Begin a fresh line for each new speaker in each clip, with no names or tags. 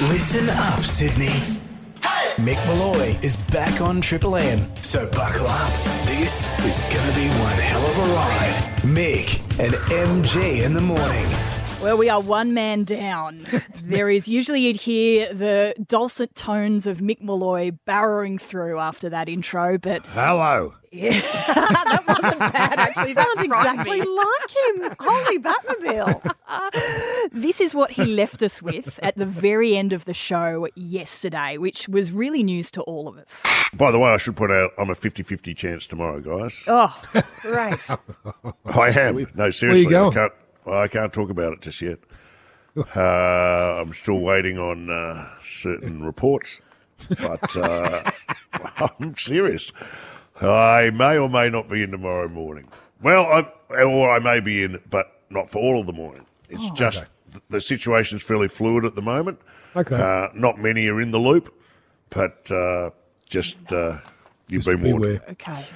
Listen up, Sydney. Mick Malloy is back on Triple M, so buckle up. This is gonna be one hell of a ride. Mick and MG in the morning.
Well, we are one man down. There is usually you'd hear the dulcet tones of Mick Malloy barrowing through after that intro, but
Hello.
that wasn't bad, actually. That
sounds exactly like him. Holy Batmobile. this is what he left us with at the very end of the show yesterday, which was really news to all of us.
By the way, I should point out I'm a 50 50 chance tomorrow, guys.
Oh,
Right.
I am. No, seriously.
going?
I can't, I can't talk about it just yet. Uh, I'm still waiting on uh, certain reports, but uh, I'm serious. I may or may not be in tomorrow morning. Well, I, or I may be in, but not for all of the morning.
Oh,
It's just th- the situation's fairly fluid at the moment.
Okay.
Uh, not many are in the loop, but uh, just uh, you've been warned.
Beware.
okay.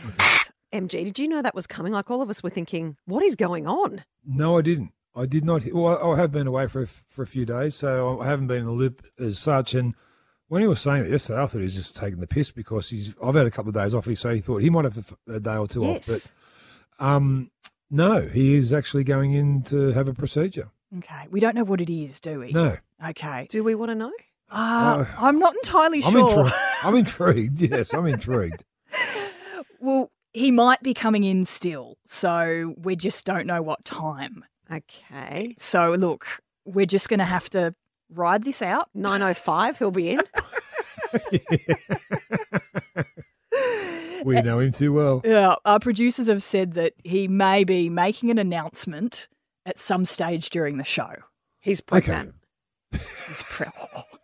MG, did you know that was coming? Like all of us were thinking, what is going on?
No, I didn't. I did not. Well, I- I have been away for a, for a few days, so I haven't been in the loop as such. And when he was saying that yesterday, I thought he was just taking the piss because he's. I've had a couple of days off, so he thought he might have a f- a day or two
Yes.
off. But um, no, he is actually going in to have a procedure.
Okay. We don't know what it is, do we?
No,
Okay.
Do we want to know?
Uh,
No.
I'm not entirely
I'm
sure.
intrigued. I'm intrigued. Yes, I'm intrigued.
Well, he might be coming in still, so we just don't know what time.
Okay.
So, look, we're just going to have to ride this out.
9.05, he'll be in.
We know him too well.
Yeah, Uh, our producers have said that he may be making an announcement at some stage during the show.
He's pregnant.
It's pre-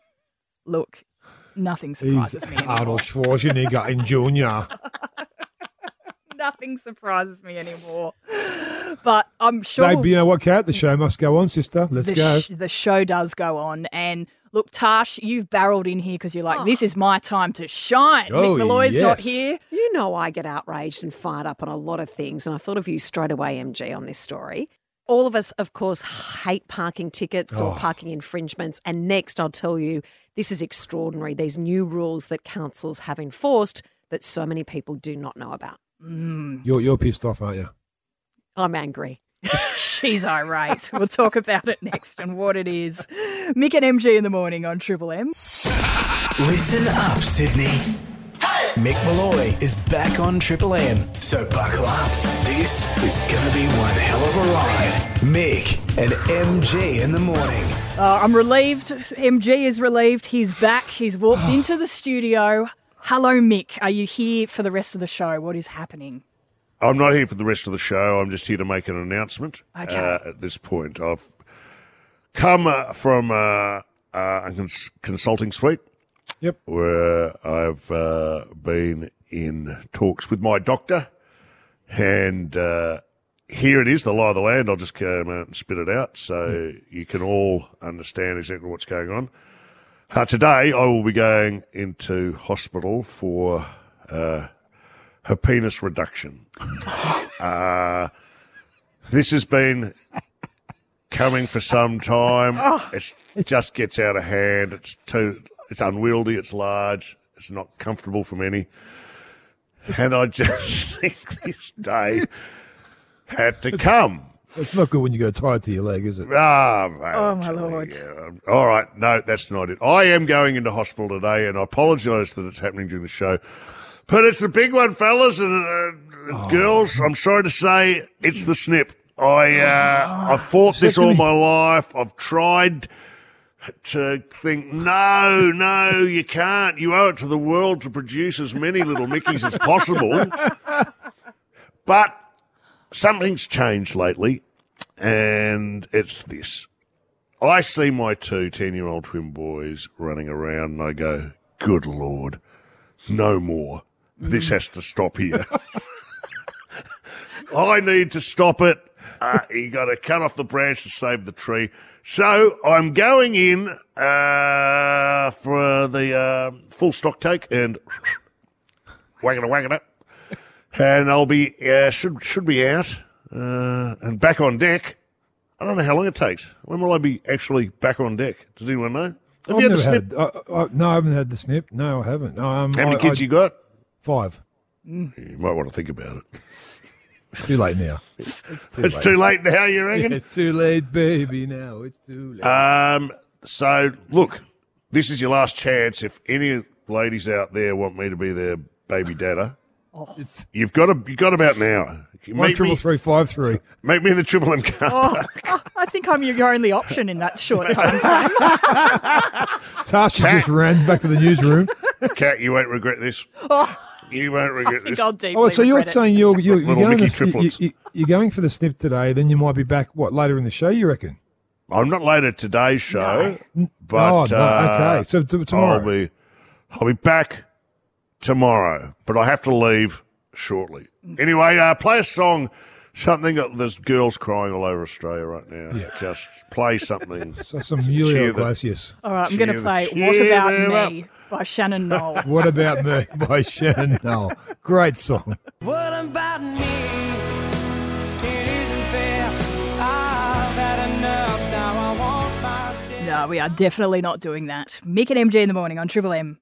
look, nothing
He's
surprises me. anymore.
Arnold Schwarzenegger in Junior.
Nothing surprises me anymore. But I'm sure
Babe, you know what, Kat? The show must go on, sister. Let's
the,
go.
sh- the show does go on. And look, Tash, you've barreled in here because you're like, this is my time to shine.
Oh,
Mick Malloy's not
yes.
here.
You know, I get outraged and fired up on a lot of things, and I thought of you straight away, MG, on this story. All of us, of course, hate parking tickets or parking infringements. And next, I'll tell you this is extraordinary these new rules that councils have enforced that so many people do not know about.
You're, you're pissed off, aren't you?
I'm angry.
She's irate. we'll talk about it next and what it is. Mick and MG in the morning on Triple M.
Listen up, Sydney. Mick Malloy is back on Triple M, so buckle up. This is gonna be one hell of a ride. Mick and MG in the morning.
Uh, I'm relieved. MG is relieved. He's back. He's walked
Oh.
into the studio. Hello, Mick. Are you here for the rest of the show? What is happening?
I'm not here for the rest of the show. I'm just here to make an announcement.
Okay.
Uh, at this point, I've come uh, from uh, uh, a cons- consulting suite.
Yep.
Where I've uh, been in talks with my doctor, and uh, here it is, the lie of the land. I'll just come out and spit it out, so you can all understand exactly what's going on. Uh, today, I will be going into hospital for uh, her penis reduction. uh, this has been coming for some time.
Oh.
It's, it just gets out of hand. It's too. It's unwieldy. It's large. It's not comfortable for many. And I just think this day had to come.
It's not good when you go tied to your leg, is it?
Ah, mate,
Oh,
I'm
my
telling
Lord.
you, um, all right, no, that's not it. I am going into hospital today, and I apologise that it's happening during the show, but it's the big one, fellas and uh, girls. I'm sorry to say, it's the snip. I uh, I fought this all
Secondly-
my life. I've tried to think, no, no, you can't. You owe it to the world to produce as many little Mickeys as possible. But something's changed lately, and it's this. I see my two 10 year old twin boys running around, and I go, Good Lord, no more. This has to stop here. I need to stop it. Uh, you got to cut off the branch to save the tree. So I'm going in uh, for the uh, full stock take and wagging it, wagging it and I'll be uh, should should be out uh, and back on deck. I don't know how long it takes. When will I be actually back on deck? Does anyone know? Have you
I've
had the
never
snip?
had. I, I, no, I haven't had the snip. No, I haven't. Um,
How many
I-
kids
I-
you got?
Five.
You might want to think about it.
It's too late now. It's too
It's too late now, you reckon?
It's too late, baby. Now it's too late.
Um, so look, this is your last chance. If any ladies out there want me to be their baby dada,
Oh. it's
you've got a, you got about an hour. You
one
Meet
triple
me,
three five three.
meet me in the Triple M car.
Oh, I think I'm your only option in that short time.
Tasha just ran back to the newsroom.
Cat, you won't regret this. You won't regret
I think
this.
I'll deeply
Oh, so you're
regret it.
saying you're you're, you're
Little
going
Mickey
for, you,
triplets.
you, you're going for the snip today? Then you might be back what later in the show? You reckon?
I'm not late at today's show, but
oh, no,
uh,
okay. So t- tomorrow.
I'll be I'll be back tomorrow, but I have to leave shortly.
Mm.
Anyway, uh, play a song, something. that- There's girls crying all over Australia right now. Just play something.
so some Julio
Cheer the-
Iglesias.
All right, I'm going to
Cheer-
play
cheer
What
them
About
up.
Me by Shannon Knoll.
What about me by Shannon Noel? Great song.
What about me? It isn't fair. I've had enough. Now I want my share.
no, we are definitely not doing that. Mick and MG in the morning on Triple M.